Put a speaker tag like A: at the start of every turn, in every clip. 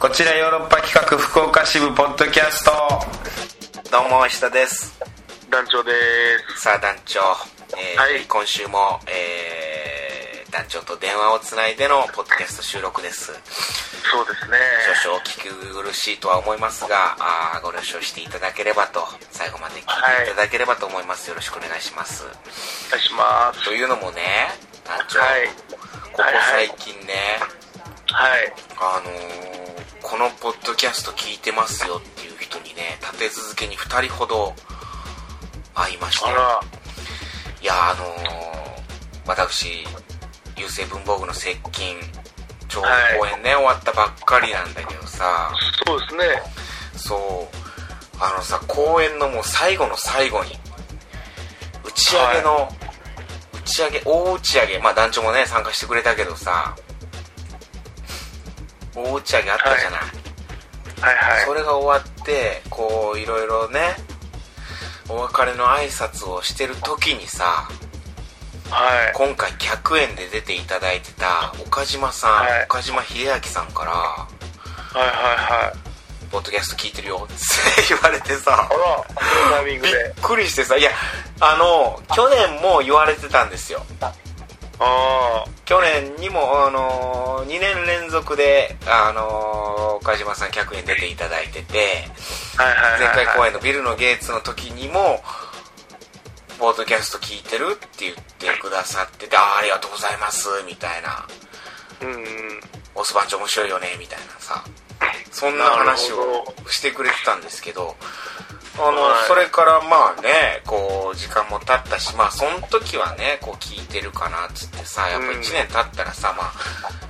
A: こちらヨーロッパ企画福岡支部ポッドキャスト
B: どうも石田です
C: 団長です
B: さあ団長、えー
C: はい
B: 今週も、えー団長と電話をつないでのポッドキャスト収録です
C: そうですね
B: 少々お聞き苦しいとは思いますがあーご了承していただければと最後まで聞いていただければと思います、よろしくお願いします
C: お願いします
B: というのもね団長、
C: はい
B: ここ最近ね、
C: はい
B: あのーこのポッドキャスト聞いてますよっていう人にね立て続けに2人ほど会いました
C: あら
B: いやあのー私郵政文房具の接近ちょうど公演ね、終わったばっかりなんだけどさ
C: そうですね
B: そうあのさ公演のもう最後の最後に打ち上げの、打ち上げ大打ち上げまあ団長もね参加してくれたけどさ大打ち上げあったじゃない、
C: はいはい
B: それが終わってこういろいろねお別れの挨拶をしてる時にさ
C: はい
B: 今回100円で出ていただいてた岡島さん、
C: はい
B: 岡島秀明さんから
C: はいはいはい
B: 「ポッドキャスト聞いてるよ」って 言われてさ
C: あらこのタイミング
B: びっ
C: で
B: くりしてさいやあの去年も言われてたんですよ
C: あ
B: 去年にもあの2年連続であの岡島さん100円出ていただいてて
C: あはいはい
B: 前
C: はい
B: 回
C: はい
B: 公演のビルのゲイツの時にも「ポッドキャスト聞いてる?」って言ってくださってて「あーありがとうございます」みたいな
C: うんうん
B: 「オス番長面白いよね」みたいなさそんな
C: なる
B: 話
C: ほど
B: をしてくれてたんですけどあの、
C: はい
B: それからまあねこう時間も経ったしまあその時はねこう聞いてるかなっつってさやっぱ1
C: うん
B: 年経ったらさ、まあ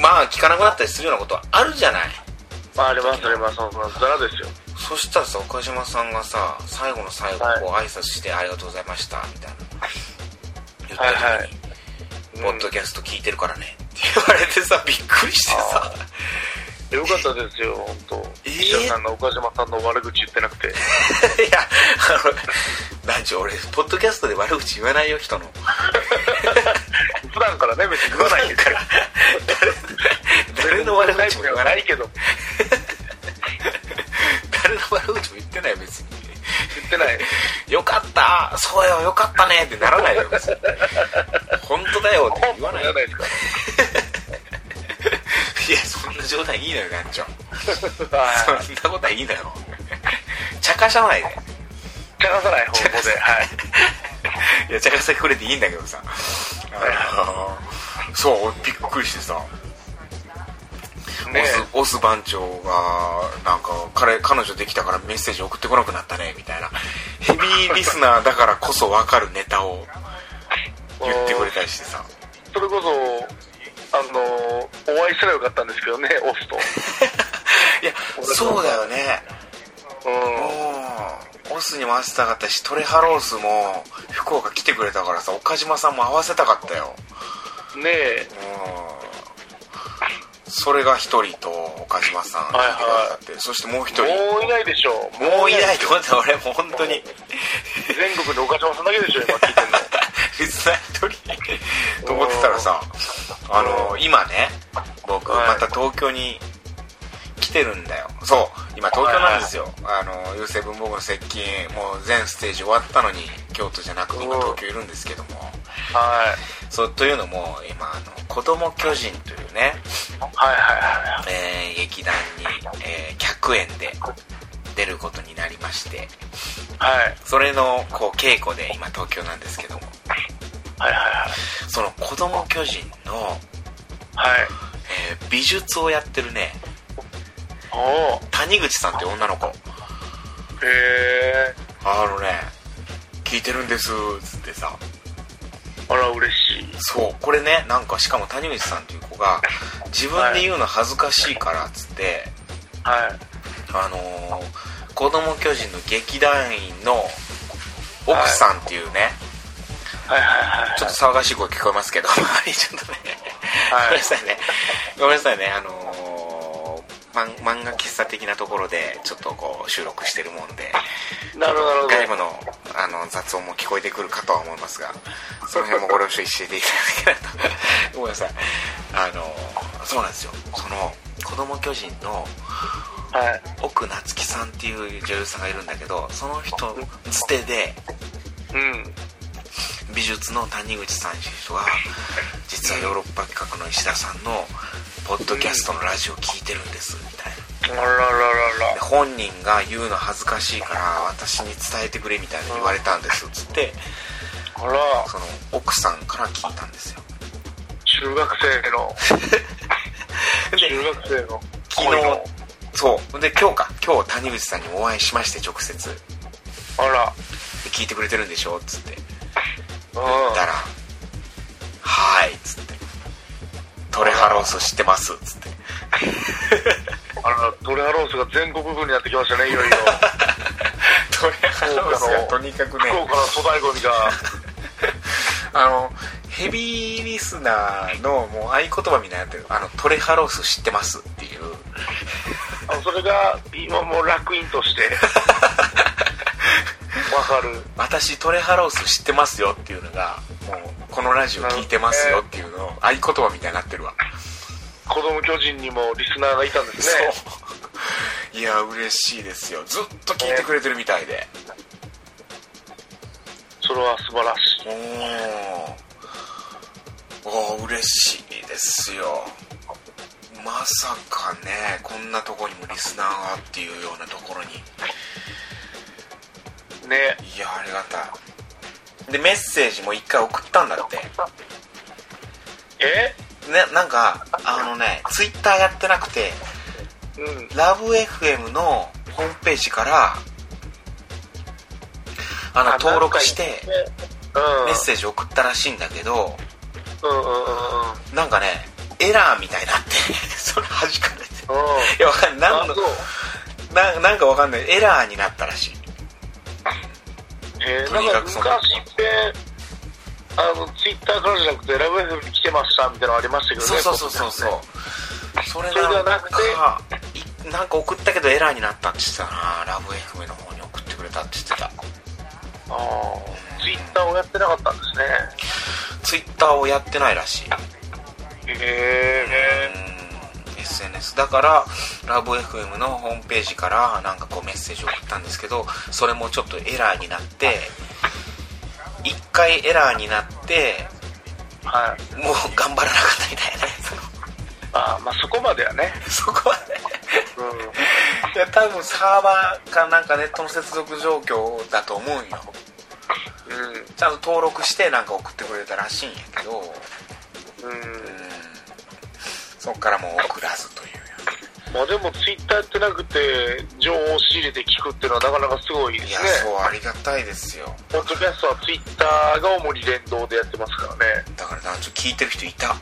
B: まあ聞かなくなったりするようなことはあるじゃない
C: まあありますありますそうそうざらですよ
B: そしたらさ岡島さんがさ最後の最後こう挨拶して「ありがとうございました」みたいな言った時に、
C: はいはいうん
B: ポッドキャスト聞いてるからね」って言われてさ びっくりしてさ
C: よかったですよ本当
B: えー
C: 石田さんの岡島さんの悪口言ってなくて
B: いやあの団長俺ポッドキャストで悪口言わないよ人の
C: 普段からね別に言わないん ですよ
B: 誰の悪口も
C: 言
B: 言
C: わ
B: わ
C: な
B: ないい
C: けど
B: 誰の悪口も言ってないよ別に
C: 言ってない
B: よかったそうよよかったねってならないよ別に本当だよって言わない
C: 言
B: よ
C: わないですか
B: いやそんな冗談いいのよ団長そ
C: はい
B: んなことはいいのよ茶化さ ないで
C: 茶化さない方向ではい
B: いや茶化してくれていいんだけどさあのそう俺びっくりしてさ
C: ね
B: オスオス番長がなんか彼彼女できたからメッセージ送ってこなくなったねみたいなヘビーリスナーだからこそ分かるネタを言ってくれたりして さ
C: それこそあのお会いしたらよかったんですけどねオスと
B: いやそうだよね
C: うん
B: うんオスにも会わせたかったしトレハロースも福岡来てくれたからさ岡島さんも会わせたかったよ
C: ねえ
B: うんそれが一人と岡島さん聞いてくださって、そしてもう一人
C: もういないでしょ
B: もういないと思った俺もう本当に
C: 全国に岡島さんだけでしょ今聞いてるの
B: 別な一人と思ってたらさあの今ね僕
C: はい
B: また東京に来てるんだよそう今東京なんですよあの郵政文房具の接近もう全ステージ終わったのに京都じゃなく今東京いるんですけども
C: はい
B: そうというのも今あの子供巨人というね
C: はいはいは
B: えー劇団に、えー100円で出ることになりまして
C: いはい
B: それのこう稽古で今東京なんですけども
C: はいはい
B: その子供巨人の、
C: はいはい
B: えー美術をやってるね
C: おお
B: 谷口さんって女の子
C: へえ
B: あのね聞いてるんですつってさ
C: あら嬉しい
B: そうこれねなんかしかも谷口さんっていう子が自分で言うの恥ずかしいからっつって、
C: はい
B: あのー子供巨人の劇団員の奥さんっていうね、
C: はいはいはい
B: ちょっと騒がしい声聞こえますけど、 周りちょっとね、ご
C: はい
B: めんなさいね、ごめんなさいね、あのー、まん漫画喫茶的なところで、ちょっとこう、収録してるもんで、
C: なるほどなるほど
B: 外部のあの雑音も聞こえてくるかとは思いますが、その辺もご 了承していただければと、ごめんなさい、あのー、そうなんですよ、その、子供巨人の
C: はい。
B: 奥夏樹さんっていう女優さんがいるんだけどその人つてで
C: うん。
B: 美術の谷口さんっていう人は実はヨーロッパ企画の石田さんのポッドキャストのラジオ聞いてるんですみたいな
C: あららら
B: で本人が言うの恥ずかしいから私に伝えてくれみたいな言われたんですつって
C: らら。あら、
B: その奥さんから聞いたんですよ
C: 中学生の、中
B: で
C: 学生の
B: 昨
C: 恋の。
B: 日そうで今日か今日谷口さんにお会いしまして直接で
C: あら。
B: 聞いてくれてるんでしょつって
C: う
B: 言ったら「はーい」っつって「トレハロース知ってます」っつって
C: ん。あら、トレハロースが全国分になってきましたね、いよいよ。
B: トレハロースがとにかく
C: 福
B: ね
C: 岡の粗大ゴミが。
B: あのヘビーリスナーのもう合言葉みたいになってるあの「トレハロース知ってます」っていう
C: あそれが、今もう楽園 として。わかる。
B: 「私トレハロース知ってますよ」っていうのがもうこのラジオ聞いてますよっていうのを合言葉みたいになってるわ、
C: 子供巨人にもリスナーがいたんです ね。
B: そういや嬉しいですよずっと聞いてくれてるみたいで
C: それは素晴らしい。
B: おおー嬉しいですよまさかねこんなとこにもリスナーがっていうようなところに
C: ね。
B: いやありがたいでメッセージも一回送ったんだって
C: え
B: ねなんかあのねツイッターやってなくて
C: うん。
B: ラブ f m のホームページからあの登録して
C: うん。
B: メッセージ送ったらしいんだけど
C: うんうんうんうん。
B: なんかねエラーみたいになって それ弾かれて
C: う
B: い
C: ん。
B: やわかんない何の
C: あそう
B: ななんかわかんないエラーになったらしい
C: えー、
B: とに
C: な
B: か
C: ん
B: く
C: か
B: その
C: 昔ってあのツイッターからじゃなくてラブ f に来てましたみたいなのありましたけど
B: そう
C: ね
B: そうそうそうそうそれ
C: それ
B: なん
C: ではな
B: か
C: く
B: いなんか送ったけどエラーになったって言ってたなラブ f m の方に送ってくれたって言ってた
C: ツイッターをやってなかったんです
B: ツイッターをやってないらしい
C: ねへ
B: うん SNS だからラブ f m のホームページからなんかこうメッセージを送ったんですけどそれもちょっとエラーになって一回エラーになって
C: えはい
B: もう頑張らなかったみたいなね
C: あーまあそこまではね
B: そこはね
C: うん
B: いや多分サーバーかなんかネットの接続状況だと思うんよちゃんと登録してなんか送ってくれたらしいんやけど
C: うんうん
B: うんそっからもう送らずという
C: まあでもツイッターやってなくて情報を仕入れて聞くっていうのはなかなかすごいで
B: い
C: す
B: や
C: ね
B: そうありがたいですよ
C: ポッドキャストはツイッターが主に連動でやってますからね
B: だからなんかちょっと聞いてる人いた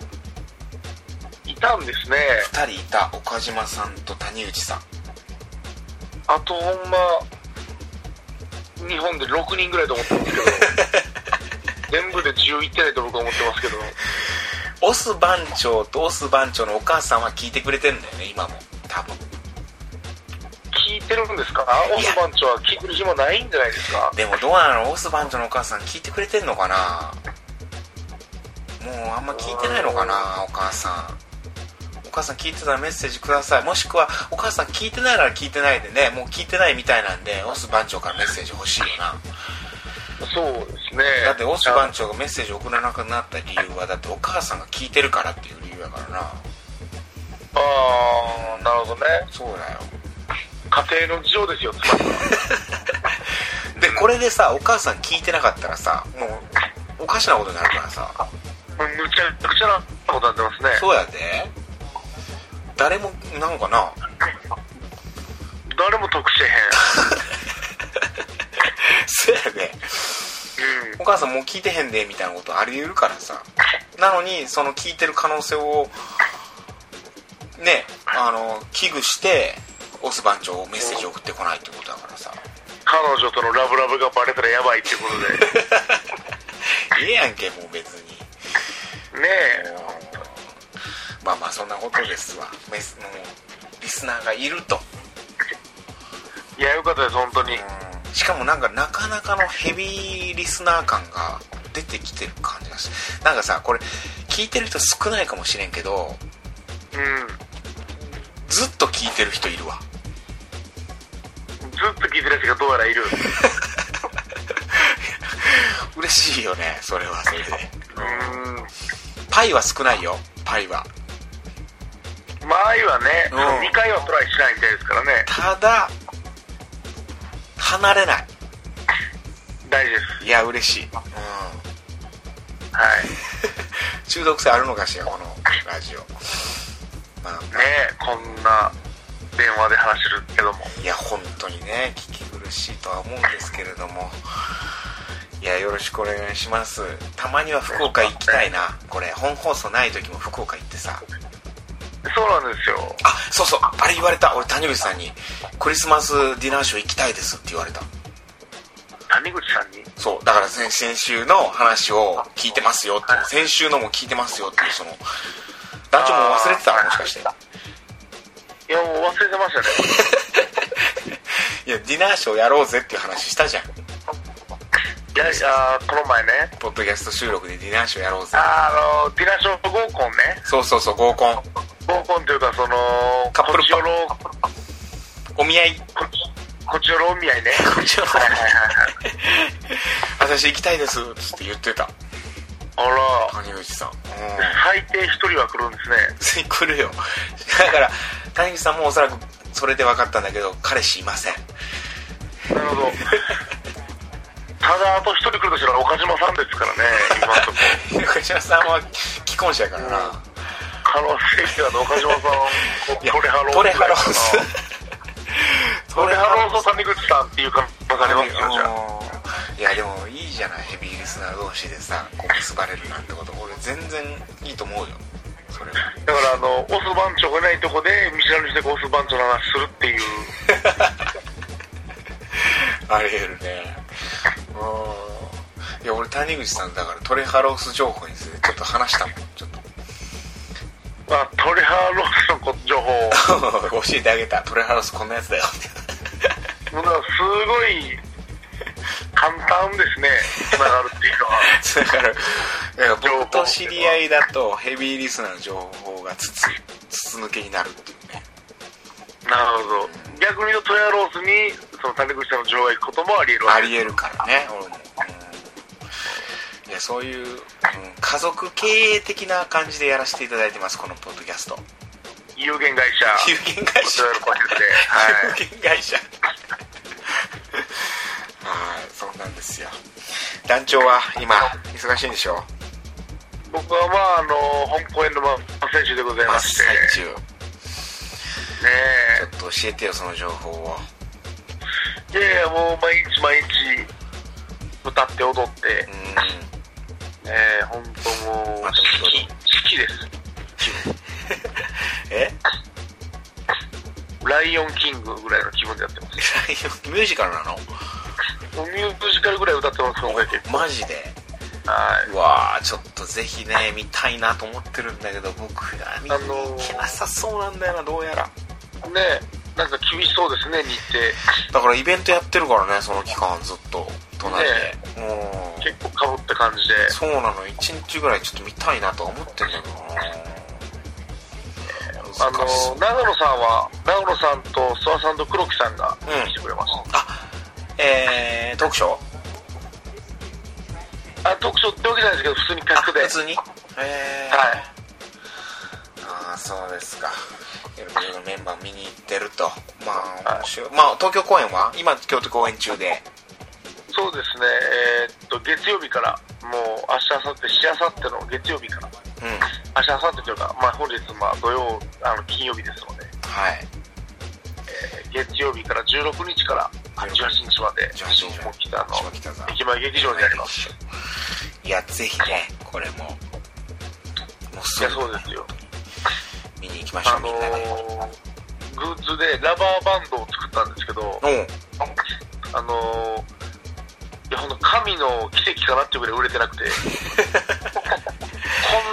C: いたんですね
B: 2人いた岡島さんと谷内さん
C: あとほんま、日本で6人ぐらいと思ってますけど、 全部で10いってないと僕は思ってますけど、
B: オス番長とオス番長のお母さんは聞いてくれてるんだよね今も多分
C: 聞いてるんですかあ、オス番長は聞いてる暇ないんじゃないですか
B: でもどうなのオス番長のお母さん聞いてくれてんのかなもうあんま聞いてないのかなお母さんお母さん聞いてたらメッセージくださいもしくはお母さん聞いてないなら聞いてないでねもう聞いてないみたいなんでオス番長からメッセージ欲しいよな
C: そうですね。
B: だってオス番長がメッセージ送らなくなった理由はだってお母さんが聞いてるからっていう理由やからな
C: あー、なるほどね。
B: そうだよ
C: 家庭の事情ですよ、つまりは。
B: でこれでさお母さん聞いてなかったらさもうおかしなことになるからさ
C: むちゃくちゃなことになってますね。
B: そうやで誰もなんか な
C: 誰も得してへ
B: そうやで
C: ん。うん。
B: お母さんもう聞いてへんでみたいなことあり得るからさなのにその聞いてる可能性をねあの危惧してオス番長メッセージ送ってこないってことだからさ
C: 彼女とのラブラブがバレたらやばいってことで。
B: ええやんけもう別に
C: ねえ。
B: まあまあそんなことですわメスもうリスナーがいると
C: いや、よかったです、本当に。
B: しかもなんかなかなかのヘビーリスナー感が出てきてる感じがしてなんかさこれ聞いてる人少ないかもしれんけど
C: うん。
B: ずっと聞いてる人いるわ
C: ずっと聞いてるやつがどうやらいる。
B: 嬉しいよねそれはそれで
C: うーん。
B: パイは少ないよパイは
C: まあ、あいはね、
B: う
C: そ
B: ん
C: の2回はトライしないみたいですからね。
B: ただ離れない
C: 大事で
B: いや嬉しい、うん、
C: す。はい。
B: 中毒性あるのかしらこのラジオまあ
C: ねえ、こんな電話で話してるけども。
B: いや本当にね聞き苦しいとは思うんですけれどもいやよろしくお願いしますたまには福岡行きたいなこれ本放送ない時も福岡行ってさ
C: そうなんですよ。
B: あそうそうあれ言われた俺谷口さんにクリスマスディナーショー行きたいですって言われた
C: 谷口さんに。
B: そうだから先先週の話を聞いてますよっていう先週のも聞いてますよっていうその団長も忘れてたもしかして
C: いや、もう忘れてましたね。
B: いやディナーショーやろうぜっていう話したじゃん
C: いやいや、この前ね、
B: ポッドキャスト収録でディナーショーやろうぜ
C: あの、ディナーショー合コンね。
B: そうそうそう合コン
C: 合コンというか、その、
B: カップル
C: こちよろ、
B: お見合い
C: ここちよろお見合いね。
B: こっちの方
C: はいはいはいはい。
B: 私行きたいですつって言ってた
C: あら、
B: 谷口さんうん
C: 最低一人は来るんですね。
B: つい来るよだから谷口さんもおそらくそれで分かったんだけど彼氏いません
C: なるほど。ただ、あと一人来るとしたら岡島さんですからね、今のとこ。
B: 横島さんは既婚者やからな
C: 可能性がある岡島さん、
B: いや
C: トレハローズ。
B: トレハローズ
C: トレハローズと谷口さんっていう可能性ありますよ、じゃ
B: い
C: あ。
B: やでもいいじゃないヘビーリスナー同士でさこう結ばれるなんてこと俺全然いいと思うよそれは
C: だから、あの、オス番長がいないとこで、見知らぬ人がオス番長の話するっていう。
B: あり得るねうんいや俺谷口さんだからトレハロース情報についてちょっと話したもんち ょっと
C: まあ、トレハローズのこ情報。
B: 教えてあげたトレハロースこんなやつだよ って
C: もうだからすごい、簡単ですね、繋がるっていうのは。
B: だからだから
C: 情報
B: 僕と知り合いだとヘビーリスナーの情報がつつ筒抜けになるっていうね
C: な るほど。逆に言うとトレハローズに、その谷口さんの情報が行くこともあり得るわ
B: あ
C: け
B: り得るからね俺も、うん、いやそういう、うん家族経営的な感じでやらせていただいてますこのポッドキャスト
C: 有限会社。
B: 有限会社
C: こちらのパケで。はい。
B: 有限会 社はいそうなんですよ団長は今忙しいんでしょ
C: 僕はまああの本公演の選手でござい
B: 真
C: ま
B: っ
C: して
B: 最中ちょ
C: ね
B: っと教えてよその情報を
C: えいやいやもう毎日毎日歌って踊って
B: う、ん
C: えー、本当もう好
B: また踊る
C: き好きです
B: え
C: ライオンキングぐらいの気分でやってます
B: ミュージカルなの
C: もうミュージカルぐらい歌ってますもんね
B: マジで
C: は
B: うわあちょっとぜひね見たいなと思ってるんだけど僕が見に行けなさそうなんだよなどうやら
C: いねえなんか厳しそうですね日
B: だからイベントやってるからねその期間ずっと隣で、
C: ね
B: うん
C: 程結構かぶった感じで
B: そうなの1日ぐらいちょっと見たいなとは思ってんだけどな
C: あの
B: 難しそう
C: 長野さんは長野さんと諏訪さんと黒木さんが
B: うん
C: 来てくれました、
B: あえー、トークショー
C: あ特徴ってわけじゃないですけど普通に
B: あ
C: 客で
B: 普通にえー、
C: は
B: あ
C: い
B: あそうですかいろいろメンバー見に行ってるとまあ面白いまあ東京公演は今京都公演中で
C: そうですね、えーっと月曜日から、もう明日、明後日しあさっての月曜日から、
B: うん
C: 明日、明後日というか、まあ、本日、まあ、土曜あの、金曜日ですので、
B: はい
C: えー月曜日から16日から18日まで、
B: 18日
C: 下北の
B: 下北沢
C: 駅前劇場にあります。
B: いやぜひねこれももう
C: い
B: す
C: や、
B: ぐ
C: そうですよ。
B: 見に行きましょ
C: あ
B: うみ
C: の
B: んなで
C: ー、グッズでラバーバンドを作ったんですけど、
B: うん
C: あのー、いや、ほんと神の奇跡かなっていうぐらい売れてなくて、こ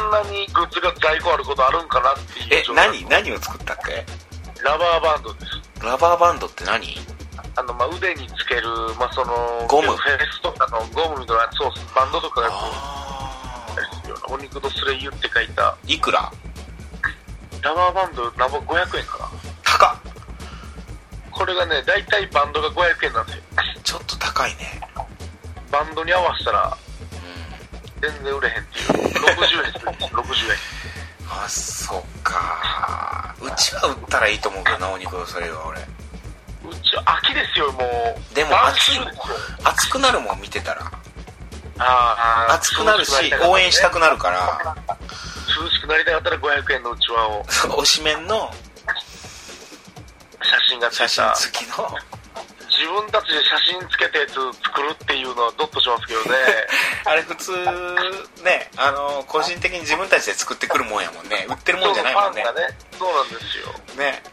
C: んなにグッズが在庫あることあるんかなっていう
B: え
C: 状態
B: 何何を作ったって
C: ラバーバンドです。
B: ラバーバンドって何
C: あの、まあ、腕につける、まあ、その、
B: ゴム
C: フェスとかのゴムみたいな、そう、バンドとかがよ
B: ああ
C: くようなお肉とスレイユって書いた、
B: いくら
C: ラバーバンド、なんぼ500円かな。これがね大体バンドが500円なんですよ
B: ちょっと高いね
C: バンドに合わせたら全然売れへんっ ていう60円ですよ60円
B: あそっかうちは売ったらいいと思うけどなお肉それは俺
C: うち秋ですよもう
B: でも
C: 晩
B: 暑い
C: 秋ですよ
B: 熱くなるもん見てたら
C: ああ
B: 熱くなるし応援したくなるから
C: 涼しくなりたかったら500円のうちわを
B: その 推しメンの
C: 写真がつい
B: 写
C: た
B: 真付きの
C: 自分たちで写真つけたやつ作るっていうのはドッとしますけどね
B: あれ普通ねあの個人的に自分たちで作ってくるもんやもんね売ってるもんじゃないもんね
C: そうファンがねそうなんで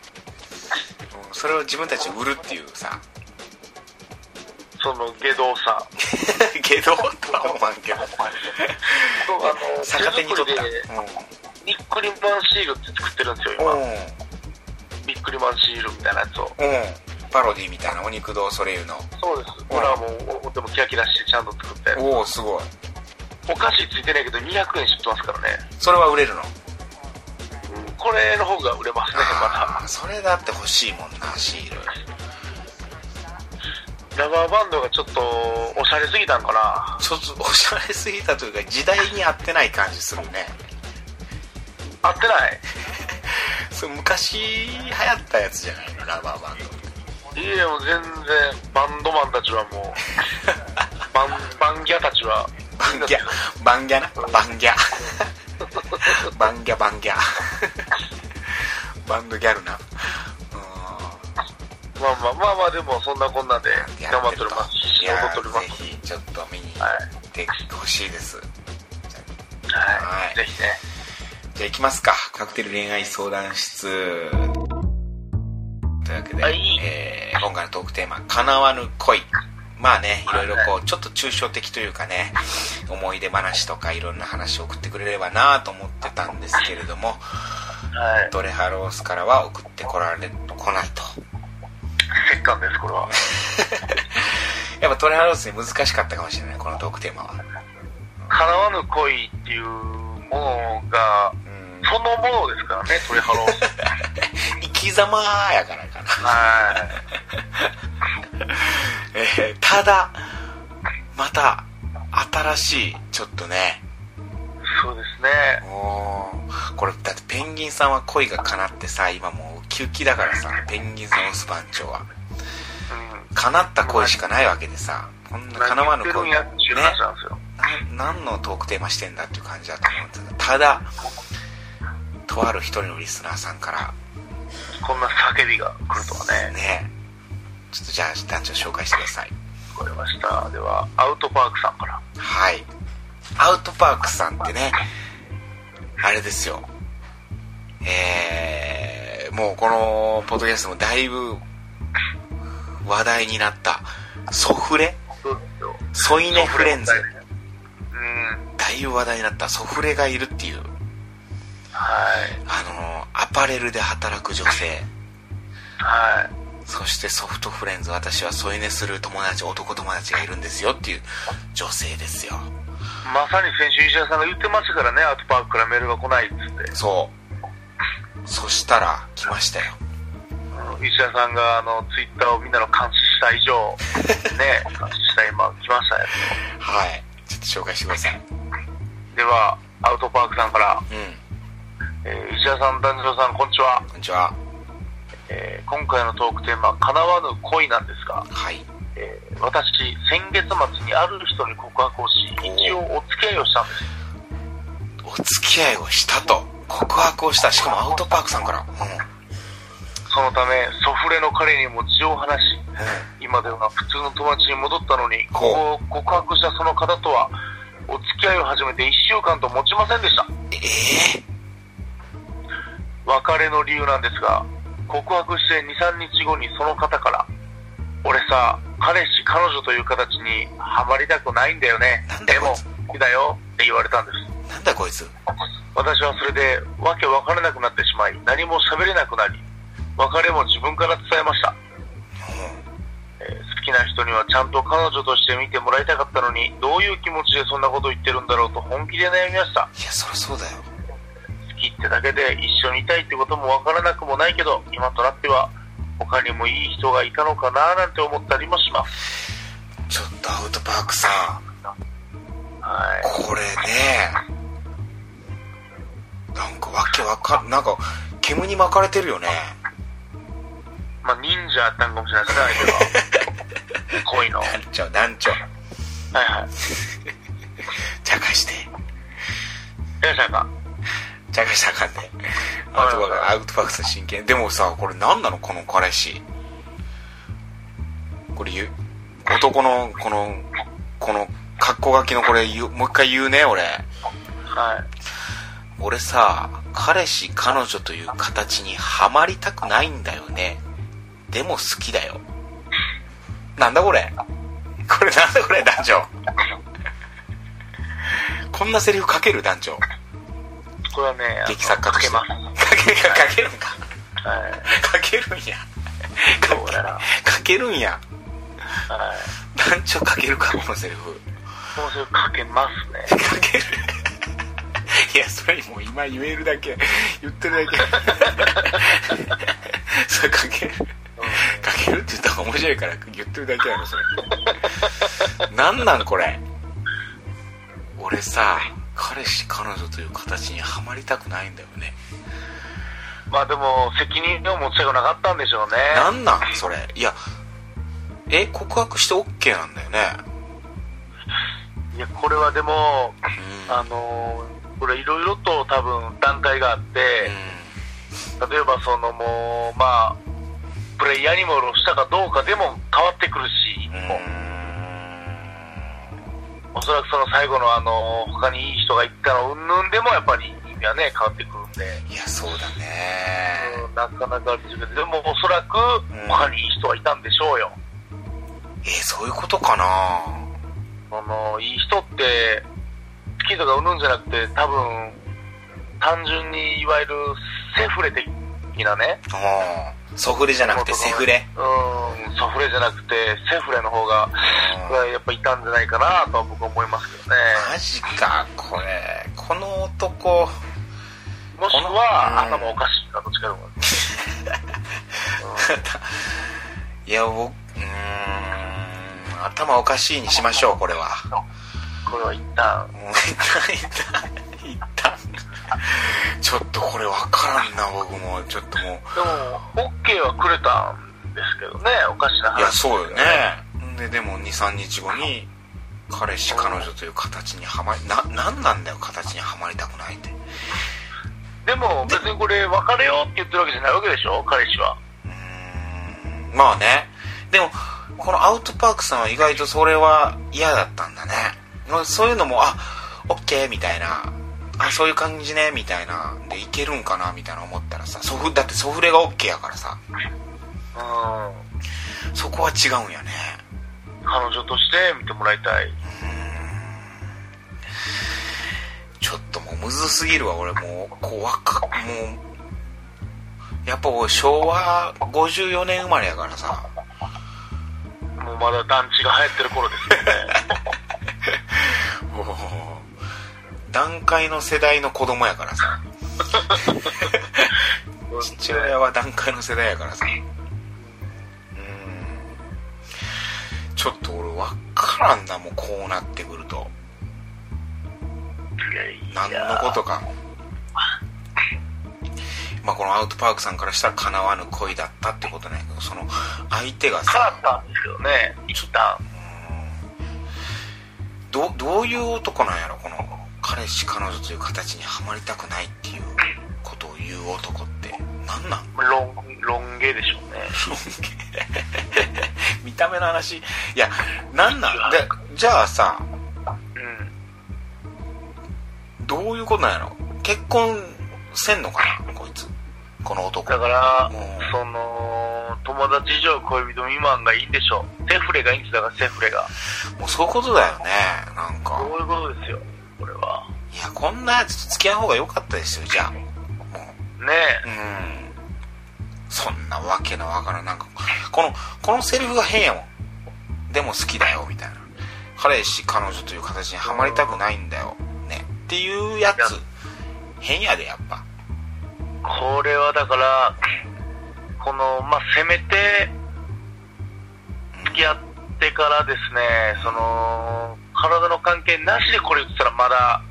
C: すよ
B: ねうんそれを自分たちで売るっていうさ
C: その下道さ
B: けどとは思わんけど
C: そうあの
B: 逆手に取っ
C: 手
B: た
C: 作りでビックリマンシールって作ってるんですよ
B: うん
C: 今ビックリマンシールみたいなやつを
B: うんうんパロディみたいなお肉堂ソレイユの
C: そうですこれはもうとてもキラキラしてちゃんと作ったやつ
B: おおすごい
C: お菓子ついてないけど200円知ってますからね
B: それは売れるの
C: これの方が売れますねま
B: あーそれだって欲しいもんなシール
C: だラバーバンドがちょっとおしゃれすぎたんかな
B: ちょっとおしゃれすぎたというか時代に合ってない感じするね
C: 合ってない
B: そう昔流行ったやつじゃないのラバーバンド
C: いやもう全然バンドマンたちはもう バンバンギャたちは
B: バンギャバンギャなバンギャバンギャバンギャバンドギャルなうん
C: まあまあまあまあでもそんなこんなで
B: や
C: 頑張っててお
B: る
C: り
B: と
C: ます
B: い
C: 仕
B: や
C: 事取りま
B: ぜ
C: す
B: ひちょっと見に行
C: は
B: ってほしいです、
C: い、はい
B: はい
C: ぜひね
B: じゃあ行きますかカクテル恋愛相談室というわけで、
C: はい
B: えー今回のトークテーマ「叶わぬ恋」まあねいろいろこうちょっと抽象的というかね思い出話とかいろんな話を送ってくれればなと思ってたんですけれども
C: はい
B: ドレハロースからは送ってこられこないと
C: 欠陥ですこれ は
B: やっぱドレハロースに難しかったかもしれないこのトークテーマは
C: 叶わぬ恋っていうものが
B: うん
C: そのものですからね鳥ハロー
B: 生き様やからかな
C: はい
B: えーただまた新しいちょっとね
C: そうですね
B: おーこれだってペンギンさんは恋が叶ってさ今もう休気だからさペンギンさんオス番長は
C: うん
B: 叶った恋しかないわけでさこんな叶わぬ
C: 何言
B: 恋
C: ってるんや
B: ね
C: っていう話なんですよ、
B: な何のトークテーマしてんだっていう感じだと思うんですがただとある一人のリスナーさんから
C: こんな叫びが来るとはね
B: ねちょっとじゃあ団長紹介してください
C: 聞こえましたではアウトパークさんから
B: はいアウトパークさんってねあれですよえー、もうこのポッドキャストもだいぶ話題になったソフレ
C: そうですよ
B: ソイネフレンズ
C: うん
B: だいぶ話題になったソフレがいるっていう
C: はい
B: あのーアパレルで働く女性
C: はい
B: そしてソフトフレンズ私は添い寝する友達男友達がいるんですよっていう女性ですよ
C: まさに先週石田さんが言ってましたからねアウトパークからメールが来ないっつって
B: そうそしたら来ましたよ
C: うん石田さんがあのツイッターをみんなの監視し た以上ね監視した今来ましたよ
B: はいちょっと紹介してください
C: ではアウトパークさんから、
B: うん
C: えー石田さん團次郎さんこんにちは、
B: こんにちは
C: えー今回のトークテーマ「叶わぬ恋」なんですが
B: はい
C: えー私先月末にある人に告白をし一応お付き合いをしたんです
B: お付き合いをしたと告白をしたしかもアウトパークさんからう
C: そのためソフレの彼にも事情を話し
B: んうん
C: 今では普通の友達に戻ったのに
B: ほ
C: ここを告白したその方とはお付き合いを始めて1週間と持ちませんでした
B: ええ
C: 別れの理由なんですが告白して23日後にその方から俺さ彼氏彼女という形にはまりたくないんだよね
B: なんだ
C: で
B: よこ
C: も
B: いつ
C: 好きだよって言われたんです
B: なんだこいつ
C: 私はそれでわけわからなくなってしまい何も喋れなくなり別れも自分から伝えました、えー好きな人にはちゃんと彼女として見てもらいたかったのにどういう気持ちでそんなこと言ってるんだろうと本気で悩みました
B: いやそりゃそうだよ
C: 好きってだけで一緒にいたいってこともわからなくもないけど今となっては他にもいい人がいたのかななんて思ったりもします。
B: ちょっとアウトパークさん
C: はい。
B: これねなんかわけわかんなんか煙に巻かれてるよね
C: まあ、忍者あったんかもしれないですね、相手は。 恋の。はい
B: 団長団長
C: はい。
B: ちゃかして
C: 皆さんか。
B: ちゃかしたらあかんねアウトパークアウトパークさん真剣でもさこれ何なのこの彼氏これ言う男のこのこの格好書きのこれ言うもう一回言うね俺
C: はい。
B: 俺さ彼氏彼女という形にはまりたくないんだよねでも好きだよなんだこれこれなんだこれ団長こんなセリフ書ける団長
C: これはね、
B: 劇作家
C: か
B: と
C: け
B: して
C: ます。
B: 書けるか書けるんか
C: はい。
B: 書けるんや書
C: どうやら
B: け書けるんや
C: はい。
B: 団長書けるかこのセリフ
C: もうそれかけます ね。
B: 書けるいやそれもう今言えるだけ言ってるだけそれ書ける書けるって言った方が面白いから言ってるだけやろそれなんなんこれ俺さ彼氏彼女という形にはまりたくないんだよね
C: まあでも、責任を持ちたくなかったんでしょうね。
B: なんなんそれいやえ告白して OK なんだよね
C: いや、これはでも、
B: うん
C: あのーこれいろいろと多分段階があって、
B: う
C: 例えばそのもう、まあ、プレイアニマルをしたかどうかでも変わってくるし、
B: ん
C: おそらくその最後のあのー他にいい人がいったのうんぬんでもやっぱり意味はね、変わってくるんで、
B: いやそうだね
C: うんなかなか自分で、でもおそらく
B: ん
C: 他にいい人はいたんでしょうよ。
B: えそういうことかな
C: そのいい人って好きとかうんぬんじゃなくて多分単純にいわゆるセフレ的なね
B: うんソフレじゃなくてセフレ
C: うんソフレじゃなくてセフレの方が
B: うん
C: がやっぱいたんじゃないかなとは僕は思いますけどね
B: マジかこれこの男
C: もしく
B: うん
C: は頭おかしいかどっちかでも
B: いや僕うーん頭おかしいにしましょうこれは
C: これは一旦
B: もう一旦一旦一旦ちょっとこれわからんな僕もちょっともう
C: でも OK はくれたんですけどねおかしない
B: や
C: 話
B: そうよねででも23日後に彼氏彼女という形にはまりな何なんだよ形にはまりたくないって
C: でも別にこれ別れようって言ってるわけじゃないわけでしょ彼氏は
B: うーんまあねでもこのアウトパークさんは意外とそれは嫌だったんだねまあそういうのもあオッケーみたいなあそういう感じねみたいなでいけるんかなみたいな思ったらさソフだってソフレがオッケーやからさ
C: うん
B: そこは違うんやね
C: 彼女として見てもらいたい
B: ちょっともうむずすぎるわ俺もうこう若もうやっぱ俺昭和54年生まれやからさ
C: もうまだ団地が流行ってる頃ですよね。
B: 段階の世代の子供やからさ父親は段階の世代やからさうんちょっと俺分からんなもうこうなってくると何
C: いやいや
B: のことかまあこのアウトパークさんからしたらかなわぬ恋だったってことねその相手が
C: 変わ
B: さ
C: ったんですけどね、一旦。
B: どどういう男なんやろこの彼氏彼女という形にはまりたくないっていうことを言う男って何なん
C: ロン、ロン毛でしょうね。
B: 見た目の話いやなんなんでじゃあさ
C: うん。
B: どういうことなんやろ結婚せんのかなこいつこの男
C: だから
B: うん、
C: その、友達以上恋人未満がいいんでしょう。セフレがいいんですだからセフレが。
B: もうそういうことだよねなんか
C: そういうことですよ、これは。
B: いやこんなやつと付き合う方が良かったですよじゃあもう
C: ね
B: うんそんなわけのわからんなんか このこのセリフが変やもんでも好きだよみたいな彼氏彼女という形にはまりたくないんだよねっていうやつ変やでやっぱ
C: これはだから、この、まあ、せめて、付き合ってからですね、その、体の関係なしでこれ言ってたらまだ、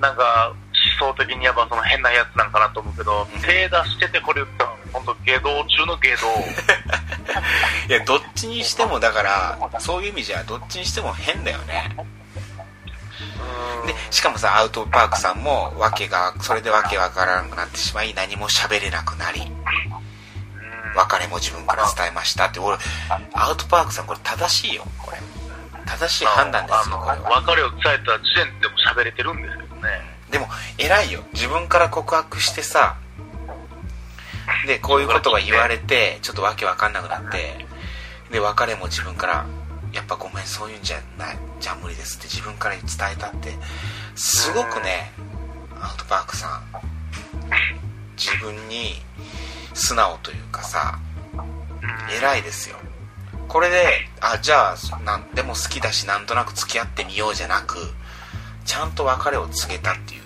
C: なんか、思想的にやっぱその変なやつなんかなと思うけど、手出しててこれ言ったら、本当下道中 の下道。
B: いやどっちにしてもだからそういう意味じゃどっちにしても変だよね
C: うん
B: でしかもさアウトパークさんもわけがそれでわけわからなくなってしまい何も喋れなくなり別れも自分から伝えましたって俺アウトパークさんこれ正しいよこれ正しい判断ですよこれ
C: あの
B: は
C: 別れを伝えた時点でも喋れてるんですけどね。
B: でも偉いよ自分から告白してさでこういうことが言われてちょっとわけわかんなくなってで別れも自分からやっぱごめんそういうんじゃないじゃあ無理ですって自分から伝えたってすごくねアウトパークさん自分に素直というかさ偉いですよこれであじゃあなんでも好きだしなんとなく付き合ってみようじゃなくちゃんと別れを告げたっていう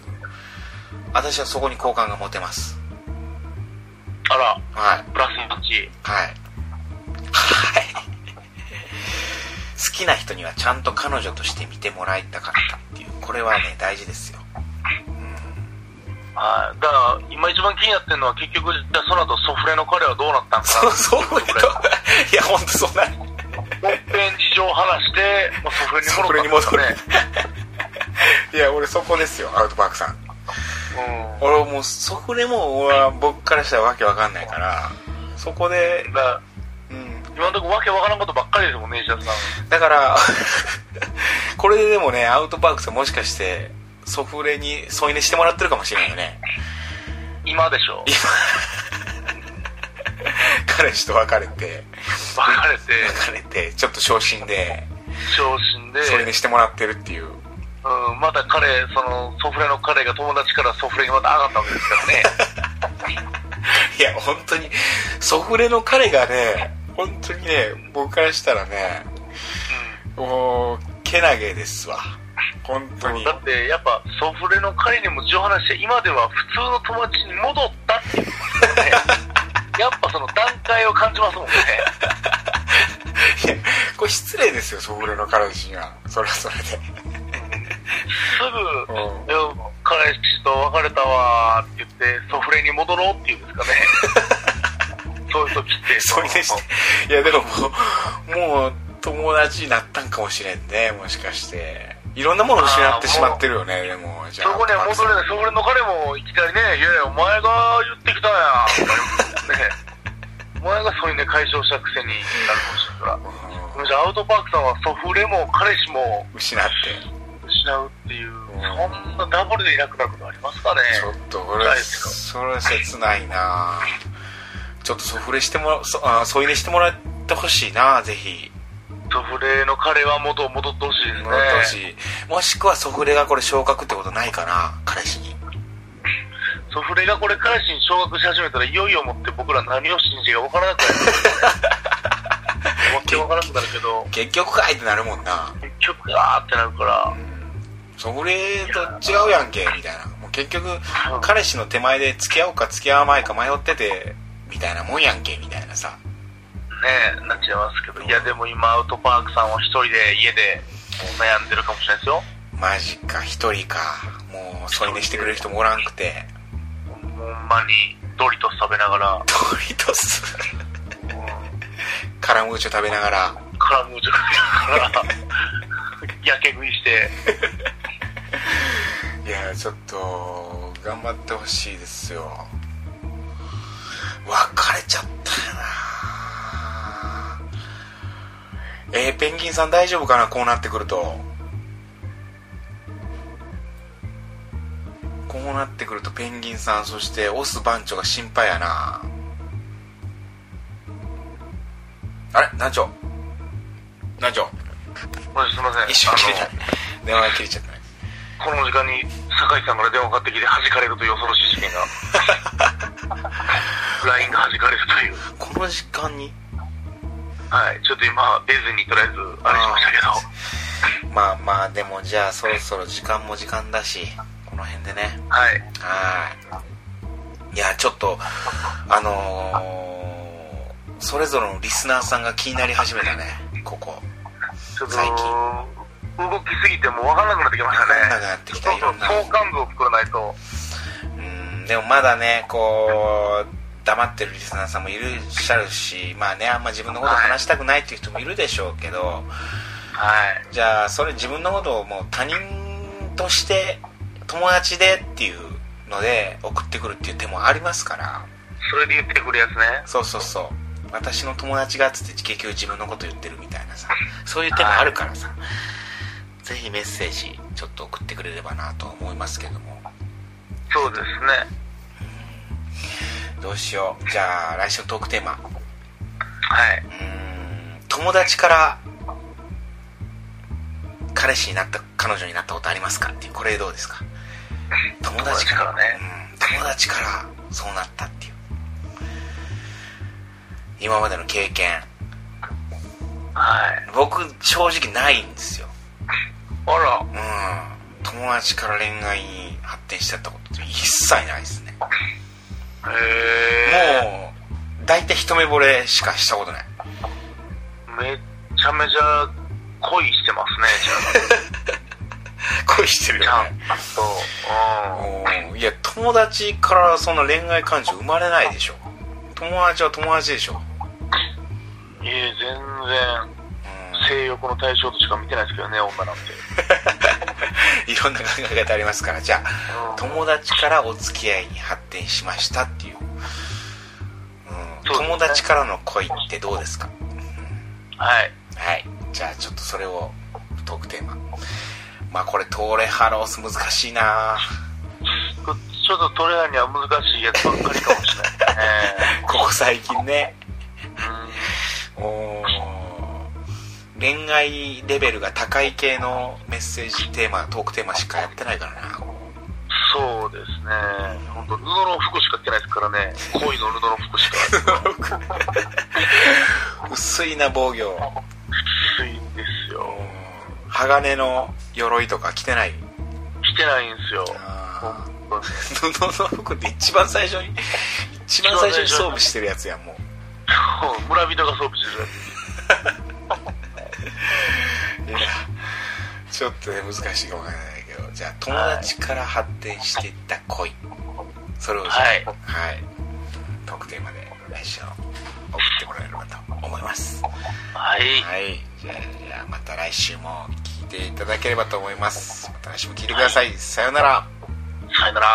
B: 私はそこに好感が持てます
C: あら、
B: はい
C: プラス1。
B: はいはい好きな人にはちゃんと彼女として見てもらいたかったっていうこれはね大事ですよ
C: はい。だから、今一番気になってるのは結局、じゃあその後ソフレの彼はどうなったんか
B: そう
C: な。
B: そういうこといや本当そんな
C: もっぺん事情を話して、もうソフレに戻った
B: それに戻る
C: ね。
B: いや俺そこですよアウトパークさん
C: うん。
B: 俺もうそこでもう俺は僕からしたらわけわかんないからそこで
C: だから
B: うん
C: 今のところわけわからんことばっかりですもんね、石田さん。
B: だから これででもねアウトパークさんもしかしてソフレに添い寝してもらってるかもしれないよね
C: 今でしょ。
B: 彼氏と別れて
C: 別れて、
B: 別れてちょっと昇進で
C: 昇進で、
B: 添い寝してもらってるっていう
C: うん、また彼、その、ソフレの彼が友達からソフレにまた上がったわけですか らね。
B: いや本当にソフレの彼がね本当にね僕からしたらねもうけなげですわ本当
C: う
B: に
C: ん。だって、やっぱ、ソフレの彼にも事情を話して、今では普通の友達に戻っ たっていうことですね。やっぱその段階を感じますもんね。
B: いやこれ失礼ですよソフレの彼氏にはそれはそれです
C: ぐ、
B: うん
C: いや彼氏と別れたわーって言って、ソフレに戻ろうっていうんですかね。そういう時って。
B: 添い寝していやでももうもう友達になったんかもしれんねもしかしていろんなものを失ってしまってるよねでもじゃ
C: そ
B: あ
C: こには戻れない、それの彼もいきなりね、いやいや、お前が言ってきたやん、と か言ってね、お前がそういうね、解消したくせになるかもしれないから、じゃあ、アウトパークさんは祖父レも彼氏も
B: 失って
C: 失うっていう、そんなダブルでいなくなることありますかね、
B: ちょっとこれ
C: ないですか
B: それは切ないなちょっとソフレしてもらそあ添い寝してもらってほしいなぜひ
C: 祖父レの彼は元に戻ってほしいです
B: もらってほし
C: ね、
B: い、もしくはソフレがこれ昇格ってことないかな彼氏に
C: 祖父レがこれ、彼氏に昇格し始めたら、いよいよもって僕ら何を信じるか分からなくなる、わけ分からなくなるけど、
B: 結局かいってなるもんな
C: 結局、あーってなるから。
B: ソフレと違うやんけみたいなもう結局彼氏の手前で付き合おうか付き合わないか迷っててみたいなもんやんけみたいなさ
C: ねなっちゃいますけど、いや、でも今、アウトパークさんは一人で家でもう悩んでるかもしれないですよ。
B: マジか一人かもう添い寝してくれる人もおらんくて
C: ほんまにドリトス食べながら、
B: ドリトス
C: うん
B: カラムーチョ食べながら
C: カラムーチョ食べながら、 やけ食いして、
B: いやちょっと頑張ってほしいですよ別れちゃったよなえー、ペンギンさん大丈夫かなこうなってくるとこうなってくるとペンギンさんそしてオス番長が心配やなあれ団長団長
C: もうすいません、
B: 一瞬切れちゃっ
C: あ
B: た 電話が切れちゃったね
C: のこの時間に酒井さんから電話かかってきて弾かれるという恐ろしい事件が。LINE が弾かれるという。
B: この時間に
C: はい、ちょっと今、ディズニーとりあえず、あれしましたけど、
B: まあまあでもじゃあそろそろ時間も時間だしこの辺でね
C: はい。
B: はーいいやちょっとあのーそれぞれのリスナーさんが気になり始めたねここ
C: ちょっと
B: 最近
C: 動きすぎてもう分からなくなってきましたね
B: 分かんなくなってきた
C: そうそう
B: いろんな
C: 相関図を作らないと
B: うんでもまだねこう黙ってるリスナーさんもいらっしゃるしまあねあんま自分のこと話したくないっていう人もいるでしょうけど
C: はい
B: じゃあそれ自分のことをもう他人として友達でっていうので送ってくるっていう手もありますから
C: それで言ってくるやつね
B: そうそうそう私の友達がっつって結局自分のこと言ってるみたいなさそういう手もあるからさ、ぜひメッセージちょっと送ってくれればなと思いますけども
C: そうですね
B: どうしようじゃあ来週のトークテーマう
C: は
B: ー
C: い
B: ん友達から彼氏になった彼女になったことありますかっていうこれどうですか友達から
C: 友達からね
B: うん友達からそうなったっていう今までの経験
C: はい
B: 僕正直ないんですよ
C: あら
B: うん友達から恋愛に発展しちゃったことって一切ないですねも
C: へえ
B: う大体一目惚れしかしたことない
C: めっちゃめちゃ恋してますね
B: 恋してる
C: じゃ
B: よ
C: あ
B: ね
C: ちゃ んとうん
B: うんいや友達からそんな恋愛感情生まれないでしょ友達は友達でしょ
C: いえ全
B: うん
C: 然性欲の対象としか見てないですけどね女なんて
B: いろんな考え方ありますからじゃあ友達からお付き合いに発展しましたっていう、うん、
C: そうですね
B: 友達からの恋ってどうですか
C: はい
B: はいじゃあちょっとそれをトークテーマまあこれトーレハロース難しいな
C: こちょっとトレーナーには難しいやつばっかりかもしれないで
B: ここ最近ね
C: すね、うん
B: おー恋愛レベルが高い系のメッセージテーマトークテーマしかやってないからな
C: そうですね、本当、布の服しか着てないですからね、恋の布の服しか
B: 薄いな防御
C: 薄いんですよ、
B: 鋼の鎧とか着てない
C: 着てないんですよ、
B: あ
C: 本当に
B: 布の服って一番最初に一番最初に装備してるやつやんもう
C: そう村人が装備してるや
B: いやちょっとね難しいかもわからないけどじゃあ友達から発展していった恋それをじゃあ
C: はい
B: はい、特定まで来週送ってもらえればと思いますは
C: つ、は
B: い
C: い、
B: じゃあじゃあまた来週も聞いていただければと思いますまた来週も聞いてください、さようなら
C: さよなら。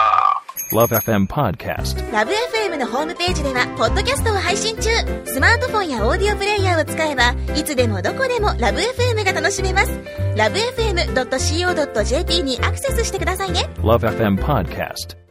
D: Love FM Podcast.
E: ラブ f m のホームページではポッドキャストを配信中スマートフォンやオーディオプレイヤーを使えばいつでもどこでもラブ f m が楽しめますラブ FM.co.jp にアクセスしてくださいね
D: Love FM Podcast.